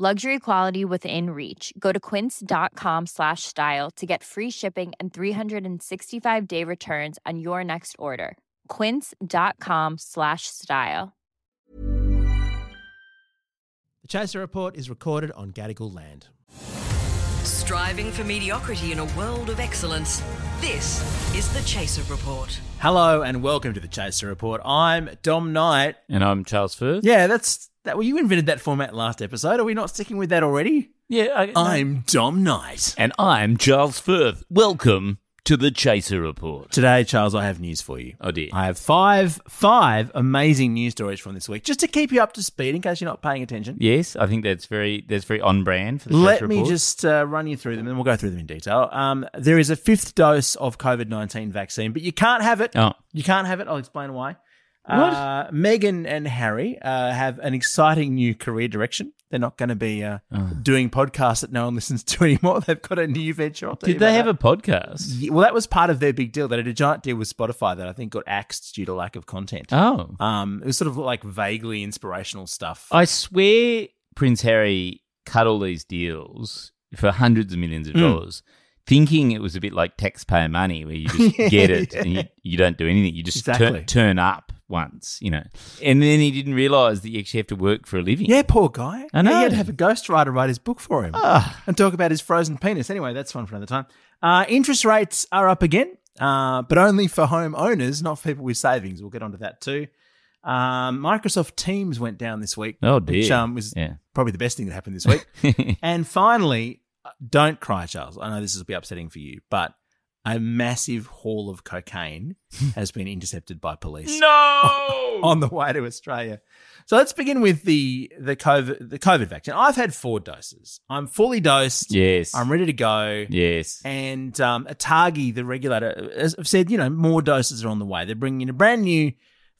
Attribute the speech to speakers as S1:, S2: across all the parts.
S1: Luxury quality within reach. Go to quince.com slash style to get free shipping and 365 day returns on your next order. Quince.com slash style.
S2: The Chaser Report is recorded on Gadigal land.
S3: Striving for mediocrity in a world of excellence. This is the Chaser Report.
S2: Hello and welcome to the Chaser Report. I'm Dom Knight.
S4: And I'm Charles Firth.
S2: Yeah, that's that. Well, you invented that format last episode. Are we not sticking with that already?
S4: Yeah, I,
S2: I'm Dom Knight.
S4: And I'm Charles Firth. Welcome to the Chaser Report.
S2: Today, Charles, I have news for you.
S4: Oh, dear.
S2: I have five five amazing news stories from this week, just to keep you up to speed in case you're not paying attention.
S4: Yes, I think that's very that's very on brand for the
S2: Let
S4: Chaser
S2: me
S4: Report.
S2: just uh, run you through them, and we'll go through them in detail. Um, there is a fifth dose of COVID nineteen vaccine, but you can't have it.
S4: Oh.
S2: You can't have it. I'll explain why. Uh, Megan and Harry uh, have an exciting new career direction. They're not going to be uh,
S4: Oh.
S2: doing podcasts that no one listens to anymore. They've got a new venture.
S4: Did they have a podcast?
S2: a? Well, that was part of their big deal. They did a giant deal with Spotify that I think got axed due to lack of content.
S4: Oh.
S2: Um, it was sort of like vaguely inspirational stuff.
S4: I swear Prince Harry cut all these deals for hundreds of millions of
S2: Mm.
S4: dollars, thinking it was a bit like taxpayer money where you just get it and you, you don't do anything. You just
S2: Exactly.
S4: turn, turn up once, you know. And then he didn't realize that you actually have to work for a living.
S2: yeah, poor guy.
S4: I
S2: Yeah,
S4: know.
S2: he had to have a ghostwriter write his book for him.
S4: Ah.
S2: and talk about his frozen penis. Anyway, that's fun for another time. Uh, interest rates are up again, uh, but only for home owners, not for people with savings. We'll get onto that too. Um, Microsoft Teams went down this week,
S4: Oh, dear.
S2: which um, was
S4: Yeah.
S2: probably the best thing that happened this week. and finally, uh, don't cry, Charles. I know this will be upsetting for you, but a massive haul of cocaine has been intercepted by police
S4: No!
S2: on the way to Australia. So let's begin with the the COVID the COVID vaccine. I've had four doses. I'm fully dosed.
S4: Yes.
S2: I'm ready to go.
S4: Yes.
S2: And um, Atagi, the regulator, has have said, you know, more doses are on the way. They're bringing in a brand new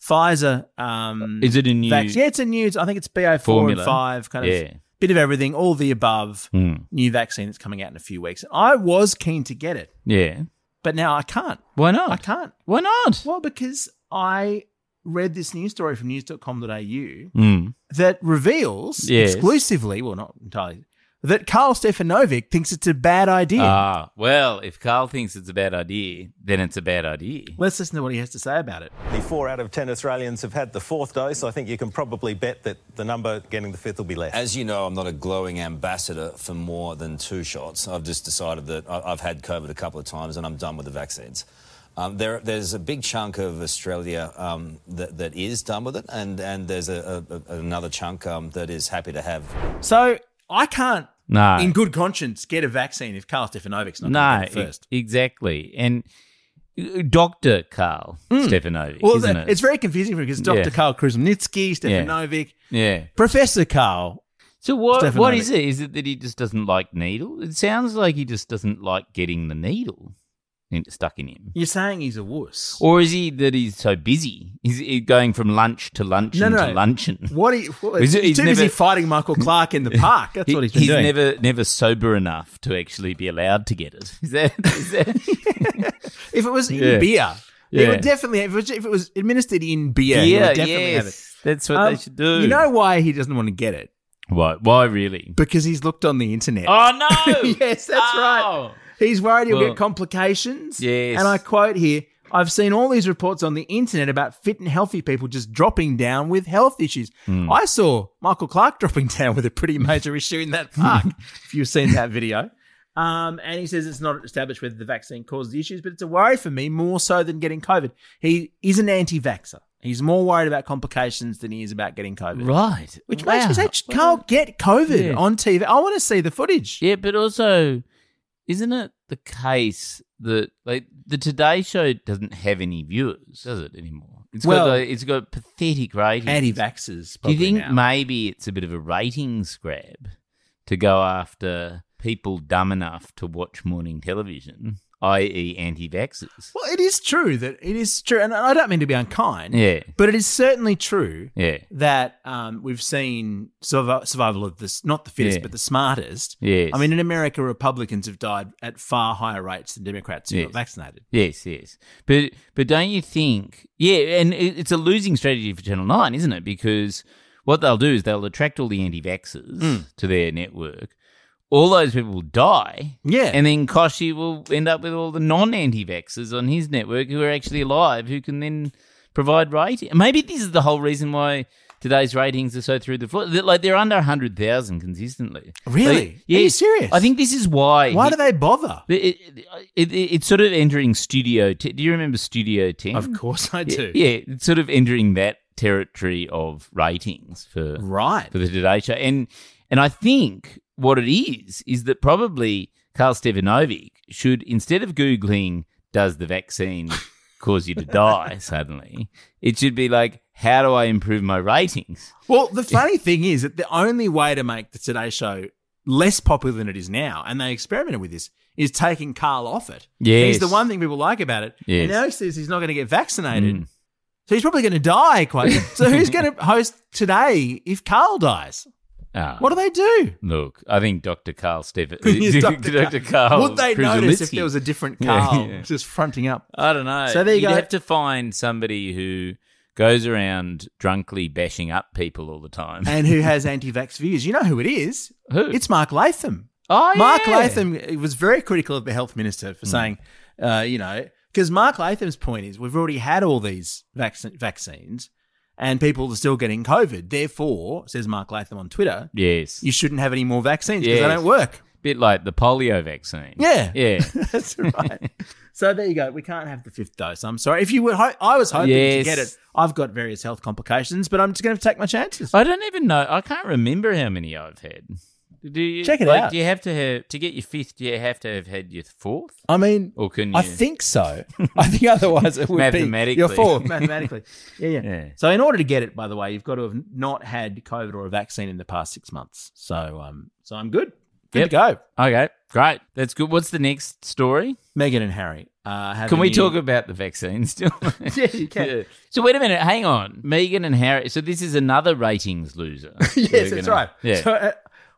S2: Pfizer. Um,
S4: Is it a new
S2: vaccine. Yeah, it's a new. I think it's BA4 and
S4: Formula.
S2: 5, kind of
S4: Yeah.
S2: bit of everything, all the above
S4: Hmm.
S2: new vaccine that's coming out in a few weeks. I was keen to get it,
S4: Yeah.
S2: but now I can't.
S4: Why
S2: I
S4: not?
S2: can't.
S4: Why not?
S2: Well, because I read this news story from news.com.au
S4: Mm.
S2: that reveals
S4: Yes.
S2: exclusively, well, not entirely, that Carl Stefanovic thinks it's a bad idea.
S4: Ah, well, if Carl thinks it's a bad idea, then it's a bad idea.
S2: Let's listen to what he has to say about it.
S5: The four out of ten Australians have had the fourth dose. I think you can probably bet that the number getting the fifth will be less.
S6: As you know, I'm not a glowing ambassador for more than two shots. I've just decided that I- I've had COVID a couple of times and I'm done with the vaccines. Um, there, there's a big chunk of Australia um, that, that is done with it, and, and there's a, a, a- another chunk um, that is happy to have
S2: So I can't,
S4: No.
S2: in good conscience, get a vaccine if Carl Stefanovic's not
S4: no,
S2: gonna get it
S4: e-
S2: first.
S4: exactly. And uh, Dr. Carl Stefanovic,
S2: Hmm. well,
S4: isn't
S2: the-
S4: it?
S2: it's very confusing for me because Dr.
S4: Yeah.
S2: Carl Krusmnitsky, Stefanovic,
S4: yeah.
S2: Professor Carl.
S4: So what, what
S2: Stefanovic.
S4: is it? Is it that he just doesn't like needle? It sounds like he just doesn't like getting the needle in, stuck in him.
S2: You're saying he's a wuss.
S4: Or is he that he's so busy? Is he going from lunch to luncheon
S2: no, no,
S4: to
S2: no.
S4: luncheon?
S2: What are you, well,
S4: Is it-
S2: he's
S4: he's
S2: too busy
S4: never-
S2: fighting Michael Clark in the park. That's
S4: He-
S2: what he's been doing.
S4: never never sober enough to actually be allowed to get it. Is that, is that
S2: if it was in
S4: Yeah.
S2: beer, it
S4: Yeah.
S2: would definitely. If it, was, if it was administered in beer, he would definitely have it.
S4: That's what
S2: Um,
S4: they should do.
S2: You know why he doesn't want to get it?
S4: why? Why really?
S2: Because he's looked on the internet.
S4: Oh no!
S2: yes, that's right.
S4: Oh.
S2: He's worried he'll
S4: Well,
S2: get complications.
S4: yes.
S2: And I quote here I've seen all these reports on the internet about fit and healthy people just dropping down with health issues.
S4: Hmm.
S2: I saw Michael Clark dropping down with a pretty major issue in that park, if you've seen that video. Um, and he says it's not established whether the vaccine causes the issues, but it's a worry for me more so than getting COVID. He is an anti vaxxer. He's more worried about complications than he is about getting COVID.
S4: Right.
S2: Which
S4: Wow.
S2: makes me say, "Just can't get COVID
S4: Yeah.
S2: on TV. I want to see the footage.
S4: Yeah, but also, isn't it the case that like the Today Show doesn't have any viewers, does it anymore? It's
S2: Well-
S4: got like, it's got pathetic ratings.
S2: Anti-vaxxers.
S4: Do you
S2: probably
S4: think
S2: now.
S4: maybe it's a bit of a ratings grab to go after people dumb enough to watch morning television i.e., anti vaxxers.
S2: Well, it is true that it is true, and I don't mean to be unkind.
S4: Yeah.
S2: but it is certainly true
S4: Yeah.
S2: that um, we've seen survi- survival of this not the fittest
S4: Yeah.
S2: but the smartest.
S4: Yes.
S2: I mean, in America, Republicans have died at far higher rates than Democrats who
S4: Yes.
S2: got vaccinated.
S4: Yes, yes. But but don't you think? Yeah, and it, it's a losing strategy for Channel 9, isn't it? Because what they'll do is they'll attract all the anti-vaxxers
S2: Hmm.
S4: to their network. All those people will die.
S2: Yeah.
S4: And then Koshi will end up with all the non-anti-vaxxers on his network who are actually alive who can then provide rating. Maybe this is the whole reason why today's ratings are so through the floor. They're- Like they're under 100,000 consistently.
S2: Really?
S4: Like, yeah.
S2: Are you serious?
S4: I think this is why
S2: Why
S4: he-
S2: do they bother?
S4: it, it, it, it, it's sort of entering Studio 10. Do you remember Studio 10?
S2: Of course, I do.
S4: Yeah, it's sort of entering that territory of ratings for
S2: Right.
S4: for the Today Show. And and I think what it is is that probably Carl Stevanovic should instead of googling does the vaccine cause you to die suddenly, it should be like how do I improve my ratings?
S2: Well, the funny thing is that the only way to make the Today Show less popular than it is now, and they experimented with this, is taking Carl off it.
S4: Yes.
S2: He's the one thing people like about it.
S4: Yes. Mm.
S2: And now he says he's not going to get vaccinated. So he's probably going to die quite. so who's going to host today if Carl dies?
S4: Ah.
S2: What do they do?
S4: Look, I think Dr. Carl Stevan,
S2: Is
S4: Dr. Carl,
S2: Would they notice if
S4: Krzyzewski-
S2: there was a different
S4: Yeah,
S2: Carl
S4: yeah.
S2: just fronting up?
S4: I don't know.
S2: So there you
S4: You'd
S2: go.
S4: have to find somebody who goes around drunkenly bashing up people all the time.
S2: And who has anti-vax views? You know who it is?
S4: Who?
S2: It's Mark Latham.
S4: oh,
S2: Mark
S4: yeah.
S2: Latham was very critical of the health minister for saying, uh, you know, because Mark Latham's point is we've already had all these vaccin- vaccines, and people are still getting COVID. Therefore, says Mark Latham on Twitter,
S4: Yes,
S2: you shouldn't have any more vaccines because
S4: Yes.
S2: they don't work.
S4: bit like the polio vaccine.
S2: Yeah.
S4: yeah.
S2: That's right. so there you go. We can't have the fifth dose. I'm sorry. If you were, ho- I was hoping
S4: Yes.
S2: to get it. I've got various health complications, but I'm just going to take my chances.
S4: I don't even know. I can't remember how many I've had. Do you
S2: Check it
S4: like,
S2: out.
S4: Do you have to have to get your fifth? Do you have to have had your fourth,
S2: I mean,
S4: or can you?
S2: I think so. I think otherwise it would
S4: Mathematically.
S2: be your fourth mathematically. Yeah, yeah,
S4: Yeah.
S2: So in order to get it, by the way, you've got to have not had COVID or a vaccine in the past six months. So, um, so I'm good. Good
S4: Yep.
S2: to go.
S4: Okay, great. That's good. What's the next story?
S2: Megan and Harry. Uh, have
S4: Can
S2: a
S4: we
S2: new-
S4: talk about the vaccine still?
S2: Yeah, you can.
S4: Yeah. So wait a minute, hang on. Megan and Harry. So this is another ratings loser.
S2: yes,
S4: We're
S2: that's
S4: gonna-
S2: right.
S4: Yeah.
S2: So, uh,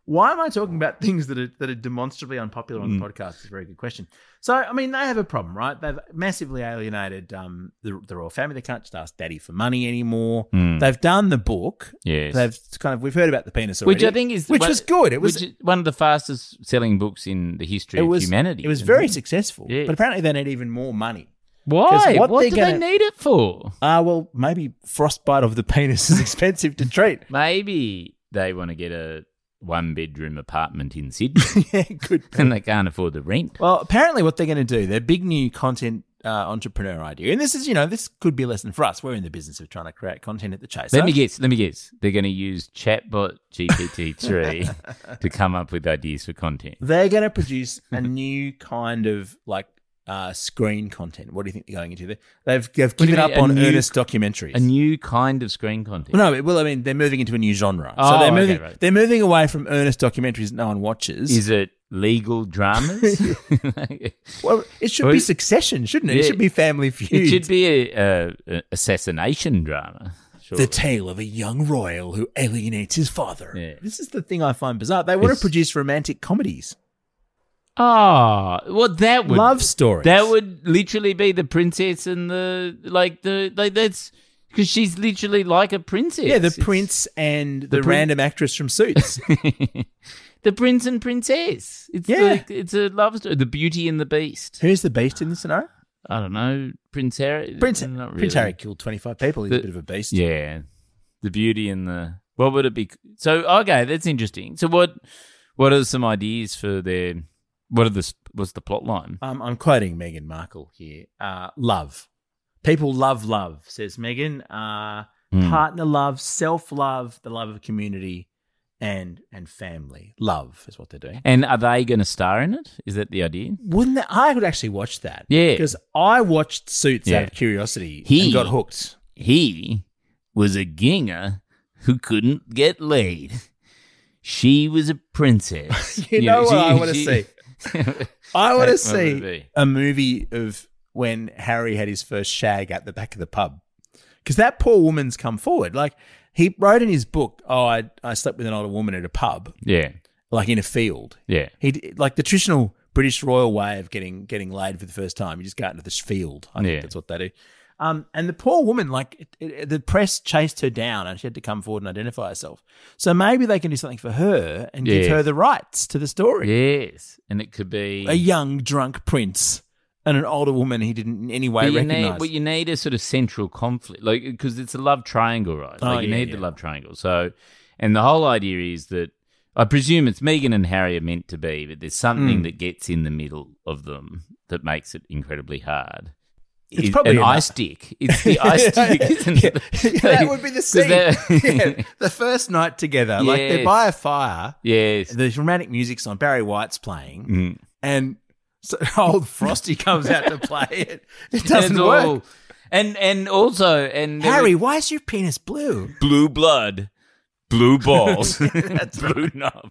S2: why am I talking about things that are that are demonstrably unpopular on the
S4: Mm.
S2: podcast? Is a very good question. So, I mean, they have a problem, right? They've massively alienated um, the, the royal family. They can't just ask daddy for money anymore.
S4: Mm.
S2: They've done the book.
S4: Yes.
S2: they've kind of we've heard about the penis already,
S4: which I think is
S2: which
S4: one-
S2: was good. It was
S4: which is one of the fastest selling books in the history
S2: it was
S4: of humanity.
S2: It was
S4: isn't
S2: very successful,
S4: Yeah.
S2: but apparently they need even more money.
S4: why?
S2: 'cause
S4: What,
S2: what
S4: do
S2: they're
S4: they
S2: gonna-
S4: need it for?
S2: Ah, well, maybe frostbite of the penis is expensive to treat.
S4: Maybe they want to get a one bedroom apartment in Sydney
S2: yeah, good.
S4: and they can't afford the rent.
S2: Well, apparently, what they're going to do, their big new content uh, entrepreneur idea, and this is, you know, this could be a lesson for us. We're in the business of trying to create content at the chase.
S4: Let me guess. Let me guess. They're going to use chatbot GPT three to come up with ideas for content.
S2: They're going to produce a new kind of like uh, screen content. What do you think they're going into there? They've, they've
S4: do you
S2: given
S4: mean,
S2: up
S4: a
S2: on
S4: new-
S2: earnest documentaries.
S4: A new kind of screen content.
S2: Well, no, well, I mean, they're moving into a new genre.
S4: Oh,
S2: so
S4: okay,
S2: they're moving,
S4: right.
S2: they're moving away from earnest documentaries that no one watches.
S4: Is it legal dramas? it
S2: well, it should
S4: Or
S2: be
S4: is-
S2: Succession, shouldn't it?
S4: Yeah.
S2: It should be Family Feud.
S4: should be a, a, a assassination drama.
S2: the
S4: surely.
S2: tale of a young royal who alienates his father.
S4: Yeah.
S2: This is the thing I find bizarre. They want
S4: It's-
S2: to produce romantic comedies,
S4: Oh, well, that would
S2: love stories.
S4: That would literally be the princess and the like the like that's because she's literally like a princess.
S2: yeah, the
S4: It's-
S2: prince and the,
S4: prin-
S2: random actress from Suits.
S4: the prince and princess. It's
S2: Yeah.
S4: the, it's a love story. The Beauty and the Beast.
S2: Who's the beast in this scenario?
S4: I don't know Prince Harry.
S2: Prince,
S4: Uh, Not really.
S2: Prince Harry killed twenty five people. He's
S4: The-
S2: a bit of a beast.
S4: Yeah, the Beauty and the what would it be? So okay, that's interesting. So what what are some ideas for their what are the what's the plot line?
S2: Um, I'm quoting Meghan Markle here. Uh, love. People love love, says Meghan. Uh,
S4: Hmm.
S2: Partner love, self love, the love of community, and and family love is what they're doing.
S4: And are they going to star in it? Is that the idea?
S2: Wouldn't that, I would actually watch that?
S4: Yeah.
S2: because I watched Suits out
S4: Yeah.
S2: of curiosity
S4: He-
S2: and got hooked.
S4: He was a ginger who couldn't get laid. She was a princess.
S2: You know what I wanna
S4: she-
S2: see. I want
S4: Hey,
S2: to
S4: what would it
S2: see
S4: be?
S2: a movie of when Harry had his first shag at the back of the pub. Because that poor woman's come forward. Like, he wrote in his book, Oh, I, I slept with an older woman at a pub,
S4: yeah,
S2: like in a field.
S4: yeah.
S2: He d- like the traditional British royal way of getting getting laid for the first time. You just go out into this field. I
S4: Yeah.
S2: think that's what they do. Um, and the poor woman, like it, it, the press chased her down, and she had to come forward and identify herself. So maybe they can do something for her and
S4: Yes.
S2: give her the rights to the story.
S4: Yes, and it could be
S2: A young drunk prince and an older woman he didn't in any way
S4: But you
S2: recognize.
S4: need, but you need a sort of central conflict, like because it's a love triangle, right?
S2: Oh,
S4: Like you
S2: yeah,
S4: need
S2: yeah.
S4: the love triangle. So, and the whole idea is that I presume it's Megan and Harry are meant to be, but there's something
S2: Hmm.
S4: that gets in the middle of them that makes it incredibly hard.
S2: It's
S4: Is-
S2: probably
S4: an
S2: an-
S4: ice stick. It's the ice stick, isn't it?
S2: that would be the
S4: 'Cause
S2: scene.
S4: they're-
S2: Yeah, the first night together, like they're
S4: Yes.
S2: by a fire.
S4: yes.
S2: The romantic music's on. Barry White's playing.
S4: Mm.
S2: and so old Frosty comes out to play it. It
S4: And
S2: doesn't
S4: it's
S2: work.
S4: all- and and also and there
S2: Harry,
S4: was
S2: why is your penis blue?
S4: blue blood, blue balls, blue knob.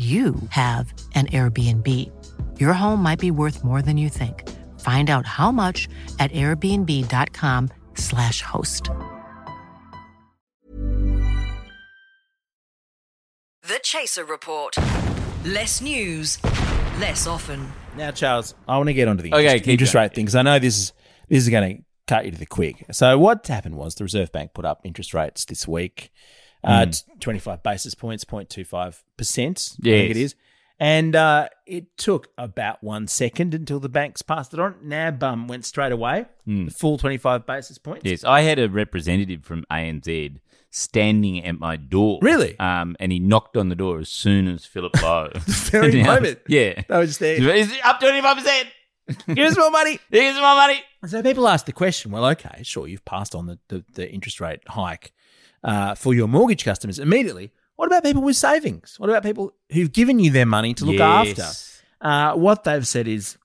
S7: you have an Airbnb. Your home might be worth more than you think. Find out how much at airbnb.com/slash host.
S3: The Chaser Report. Less news, less often.
S2: Now, Charles, I want to get onto the
S4: Okay,
S2: interest,
S4: keep
S2: interest
S4: going.
S2: rate thing because I know this is this is going to cut you to the quick. So what happened was the Reserve Bank put up interest rates this week, uh,
S4: Mm.
S2: t- twenty-five basis points, 0.25 percent. I think
S4: Yes.
S2: it is. And uh, it took about one second until the banks passed it on. Now, bum went straight away, the full twenty-five basis points.
S4: Mm. Yes, I had a representative from ANZ standing at my door.
S2: Really?
S4: Um, and he knocked on the door as soon as Philip Lowe. the
S2: very moment.
S4: Yeah.
S2: They were just there.
S4: Is it up 25%?
S2: Give us more money.
S4: Here's my money.
S2: So people ask the question, well, okay, sure, you've passed on the, the, the interest rate hike uh, for your mortgage customers immediately. What about people with savings? What about people who've given you their money to look
S4: Yes.
S2: after? Uh, what they've said is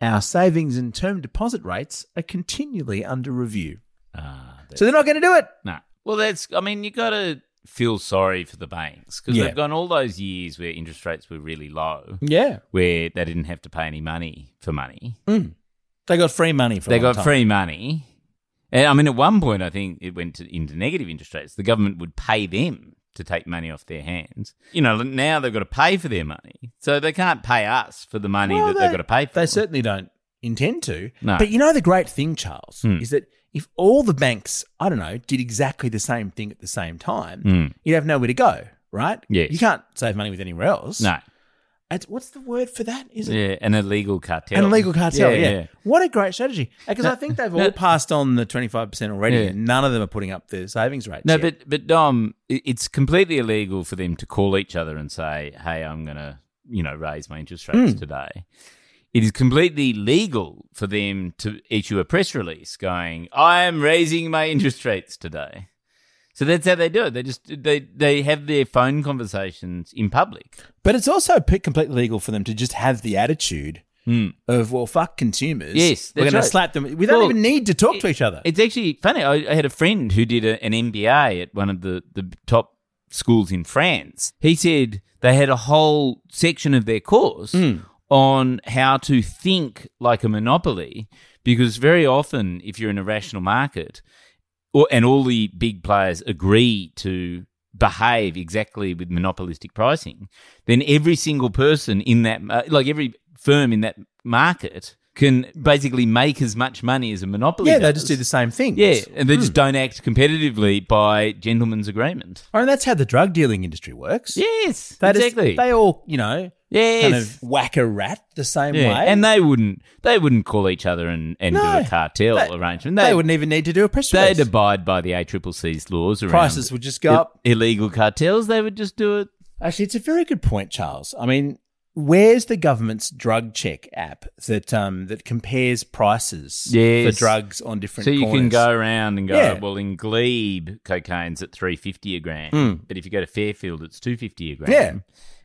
S2: our savings and term deposit rates are continually under review.
S4: Ah, that-
S2: So they're not going to do it.
S4: no. Well, that's, I mean, you got to feel sorry for the banks because
S2: Yeah.
S4: they've gone all those years where interest rates were really low,
S2: Yeah.
S4: where they didn't have to pay any money for money.
S2: They got free money for a
S4: they
S2: long
S4: got
S2: time.
S4: free money. And I mean, at one point, I think it went to, into negative interest rates. The government would pay them to take money off their hands. You know, now they've got to pay for their money, so they can't pay us for the money
S2: Well,
S4: that they, have got to pay for.
S2: They certainly don't intend to.
S4: No.
S2: But you know the great thing, Charles,
S4: Hmm.
S2: is that if all the banks, I don't know, did exactly the same thing at the same time,
S4: Mm.
S2: you'd have nowhere to go, right?
S4: Yes.
S2: You can't save money with anywhere else.
S4: no,
S2: It's, what's the word for that? Is it
S4: yeah, an illegal cartel,
S2: an illegal cartel? Yeah,
S4: yeah.
S2: What a great strategy. Because I think they've
S4: no.
S2: all passed on the 25% already
S4: Yeah.
S2: and none of them are putting up their savings rates.
S4: No,
S2: yet.
S4: but but Dom, i- it's completely illegal for them to call each other and say, "Hey, I'm going to, you know, raise my interest rates today." It is completely legal for them to issue a press release going, "I am raising my interest rates today." So that's how they do it. They just they they have their phone conversations in public.
S2: But it's also p- completely legal for them to just have the attitude of, well, fuck consumers.
S4: Hmm. Yes,
S2: We're going
S4: that's
S2: to
S4: right.
S2: slap them. We don't
S4: Well,
S2: even need to talk to each other.
S4: It's actually funny. I, I had a friend who did a, an MBA at one of the, the top schools in France. He said they had a whole section of their course
S2: Hmm.
S4: on how to think like a monopoly because very often, if you're in a rational market, or, and all the big players agree to behave exactly with monopolistic pricing, then every single person in that, uh, like every firm in that market, can basically make as much money as a monopoly.
S2: yeah, they
S4: does.
S2: just do the same Hmm. thing.
S4: Yeah, and they just don't act competitively by gentleman's agreement.
S2: I mean, that's how the drug dealing industry works.
S4: Yes,
S2: They just-
S4: exactly.
S2: they all, you know,
S4: yes.
S2: kind of whack a rat the same
S4: Yeah,
S2: way.
S4: and they wouldn't. They wouldn't call each other and, and
S2: No,
S4: do a cartel
S2: they-
S4: arrangement.
S2: they wouldn't even need to do a press release.
S4: They'd abide by the ACCC's laws around
S2: Prices would just go
S4: i-
S2: up.
S4: Illegal cartels. They would just do it.
S2: Actually, it's a very good point, Charles. I mean, where's the government's drug check app that um, that compares prices
S4: Yes.
S2: for drugs on different?
S4: So you can
S2: corners?
S4: go around and go,
S2: Yeah.
S4: well, in Glebe, cocaine's at three fifty a gram, but if you go to Fairfield, it's two fifty a gram.
S2: Hmm. Yeah.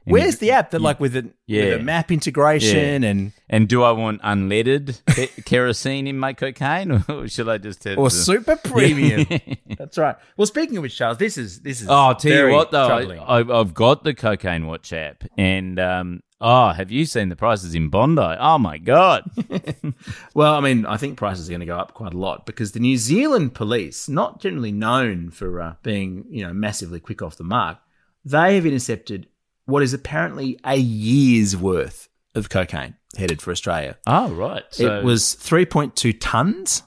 S4: And
S2: Where's
S4: you-
S2: the app that like with the
S4: Yeah.
S2: with a map integration and
S4: And do I want unleaded ke- kerosene in my cocaine, or should I just have
S2: or
S4: the-
S2: super premium? That's right. Well, speaking of which, Charles, this is this is.
S4: Oh, I'll tell
S2: very
S4: you what though,
S2: troubling.
S4: I, I, I've got the cocaine watch app, and um, oh, have you seen the prices in Bondi? Oh my god!
S2: Well, I mean, I think prices are going to go up quite a lot because the New Zealand police, not generally known for uh, being, you know, massively quick off the mark, they have intercepted what is apparently a year's worth of cocaine headed for Australia.
S4: oh right, so
S2: it was 3.2 tons,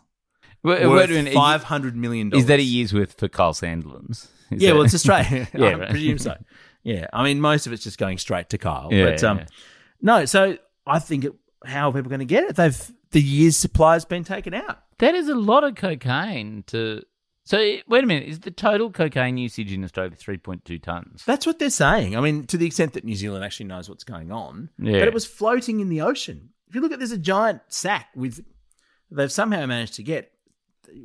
S4: Wait- wait a
S2: worth
S4: minute, is-
S2: 500 million dollars.
S4: Is that a year's worth for Carl Sandlin's? Is
S2: yeah,
S4: that-
S2: well, it's Australia.
S4: Yeah,
S2: yeah, I
S4: right.
S2: presume so. Yeah, I mean, most of it's just going straight to Kyle.
S4: Yeah,
S2: but um,
S4: yeah.
S2: no, so I think it, how are people going to get it? They've the year's supply has been taken out.
S4: That is a lot of cocaine to. So wait a minute. Is the total cocaine usage in Australia three point two tons?
S2: That's what they're saying. I mean, to the extent that New Zealand actually knows what's going on,
S4: Yeah.
S2: but it was floating in the ocean. If you look at, there's a giant sack with they've somehow managed to get.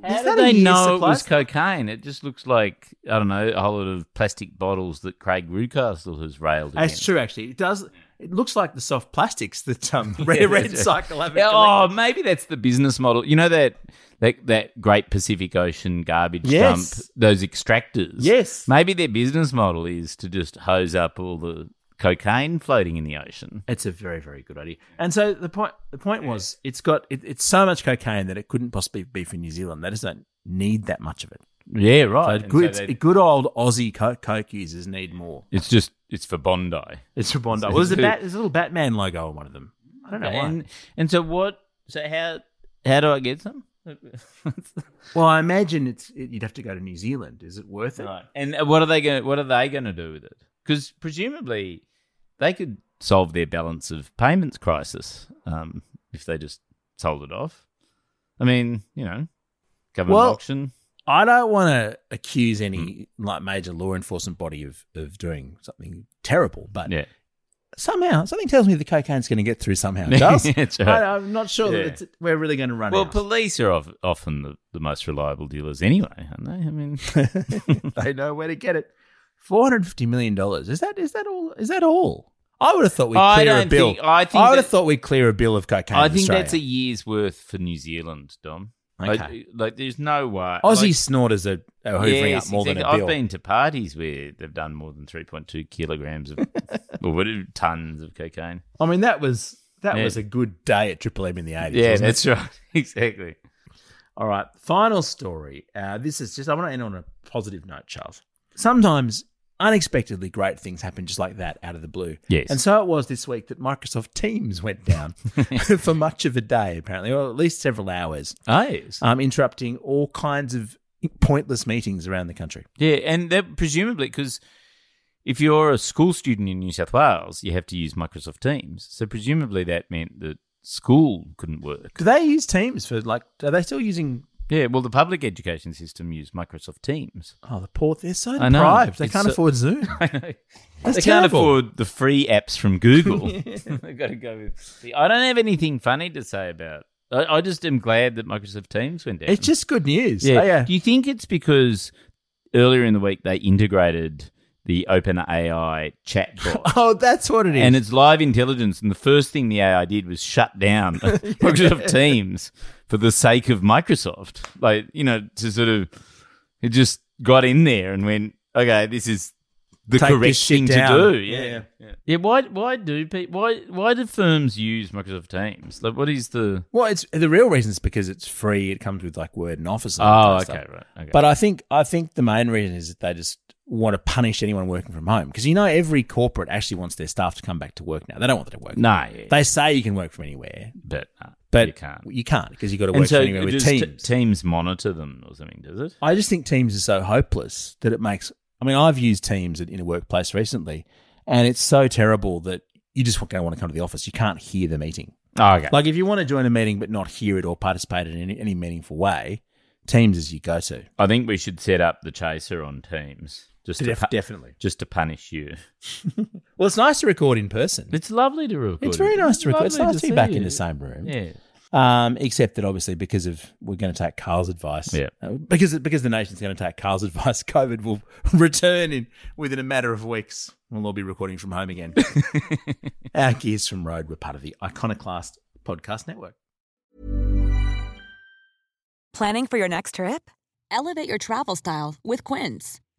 S4: How
S2: Is
S4: did
S2: that a
S4: they
S2: year's
S4: know it was
S2: supply?
S4: cocaine? It just looks like I don't know a whole lot of plastic bottles that Craig Rucastle has railed
S2: That's
S4: against.
S2: true, actually. It does. It looks like the soft plastics that um, Red, Red Cycle have.
S4: Yeah, Oh, maybe that's the business model. You know that that that great Pacific Ocean garbage
S2: Yes.
S4: dump, those extractors.
S2: Yes.
S4: Maybe their business model is to just hose up all the cocaine floating in the ocean.
S2: It's a very, very good idea. And so the point the point was it's got it, it's so much cocaine that it couldn't possibly be for New Zealand. They just don't need that much of it.
S4: Yeah, right.
S2: But
S4: And
S2: good,
S4: so they-
S2: good old Aussie coke, coke users need more.
S4: it's just it's for Bondi.
S2: It's from Bondi. Well, there's a, bat, there's a little Batman logo on one of them. I don't know why.
S4: And and so what? So how how do I get some?
S2: well, I imagine it's it, you'd have to go to New Zealand. Is it worth it?
S4: And uh, what are they going? What are they going to do with it? Because presumably they could solve their balance of payments crisis um, if they just sold it off. I mean, you know, government
S2: Well-
S4: auction.
S2: I don't want to accuse any like major law enforcement body of of doing something terrible, but
S4: Yeah.
S2: somehow something tells me the cocaine's going to get through somehow. It does.
S4: That's right.
S2: I, I'm not sure
S4: Yeah.
S2: that it's, we're really going to run
S4: Well,
S2: out.
S4: police are of, often the, the most reliable dealers anyway, aren't they? I mean,
S2: they know where to get it. Four hundred fifty million dollars. Is that is that all? Is that all? I would have thought we'd clear
S4: I
S2: a
S4: don't
S2: bill.
S4: think- I think
S2: would
S4: that-
S2: have thought we'd clear a bill of cocaine.
S4: I
S2: in
S4: think
S2: Australia.
S4: that's a year's worth for New Zealand, Dom.
S2: Okay.
S4: Like, uh, like there's no way.
S2: Aussie
S4: like-
S2: snorters are, are hoovering up more than a
S4: exactly.
S2: bill.
S4: I've been to parties where they've done more than 3.2 kilograms of, or what, tons of cocaine.
S2: I mean, that was that
S4: Yeah.
S2: was a good day at Triple M in the eighties.
S4: Yeah, that's right. Exactly.
S2: All right, final story. Uh, this is just, I want to end on a positive note, Charles. Sometimes unexpectedly great things happen just like that out of the blue.
S4: Yes.
S2: And so it was this week that Microsoft Teams went down for much of a day, apparently, or at least several hours,
S4: Oh, yes.
S2: um, interrupting all kinds of pointless meetings around the country.
S4: Yeah, and that presumably because if you're a school student in New South Wales, you have to use Microsoft Teams. So presumably that meant that school couldn't work.
S2: Do they use Teams for like, are they still using,
S4: Yeah, well, the public education system used Microsoft Teams.
S2: oh, the poor, they're so
S4: I know.
S2: deprived. They
S4: It's
S2: can't
S4: so-
S2: afford Zoom.
S4: I know.
S2: That's terrible.
S4: they can't afford the free apps from Google. They've got to go with. I don't have anything funny to say about. I, I just am glad that Microsoft Teams went down.
S2: It's just good news.
S4: yeah.
S2: Oh, yeah.
S4: Do you think it's because earlier in the week they integrated the OpenAI chatbot?
S2: Oh, that's what it is.
S4: And it's live intelligence, and the first thing the AI did was shut down Microsoft Teams for the sake of Microsoft. Like you know, to sort of it just got in there and went, okay, this is the
S2: Take
S4: correct
S2: this shit
S4: thing
S2: down.
S4: to do. Yeah.
S2: Yeah.
S4: yeah, Why? Why do people? Why? Why do firms use Microsoft Teams? Like, what is the?
S2: Well, it's the real reason is because it's free. It comes with like Word and Office. And all
S4: Oh,
S2: that
S4: okay,
S2: stuff.
S4: right. Okay.
S2: But I think I think the main reason is that they just want to punish anyone working from home because you know every corporate actually wants their staff to come back to work now. They don't want them to work.
S4: no, yeah,
S2: they say you can work from anywhere,
S4: but, uh,
S2: but
S4: you can't.
S2: you can't because you got to work
S4: And so
S2: from anywhere with
S4: does t-
S2: Teams.
S4: teams monitor them or something, does it?
S2: I just think Teams is so hopeless that it makes. I mean, I've used Teams in a workplace recently, and it's so terrible that you just don't want to come to the office. You can't hear the meeting.
S4: Oh, okay.
S2: Like if you want to join a meeting but not hear it or participate in any, any meaningful way, Teams is your go-to.
S4: I think we should set up the chaser on Teams just to, pu-
S2: definitely.
S4: just to punish you.
S2: Well, it's nice to record in person.
S4: It's lovely to record.
S2: It's very nice to record. It's
S4: Lovely
S2: nice to
S4: see
S2: be back
S4: you.
S2: in the same room.
S4: Yeah.
S2: Um, except that obviously because of we're going to take Carl's advice.
S4: Yeah.
S2: Uh, because because the nation's going to take Carl's advice, COVID will return in within a matter of weeks. We'll all be recording from home again. Our gears from road were part of the Iconoclast Podcast Network.
S8: Planning for your next trip? Elevate your travel style with Quince.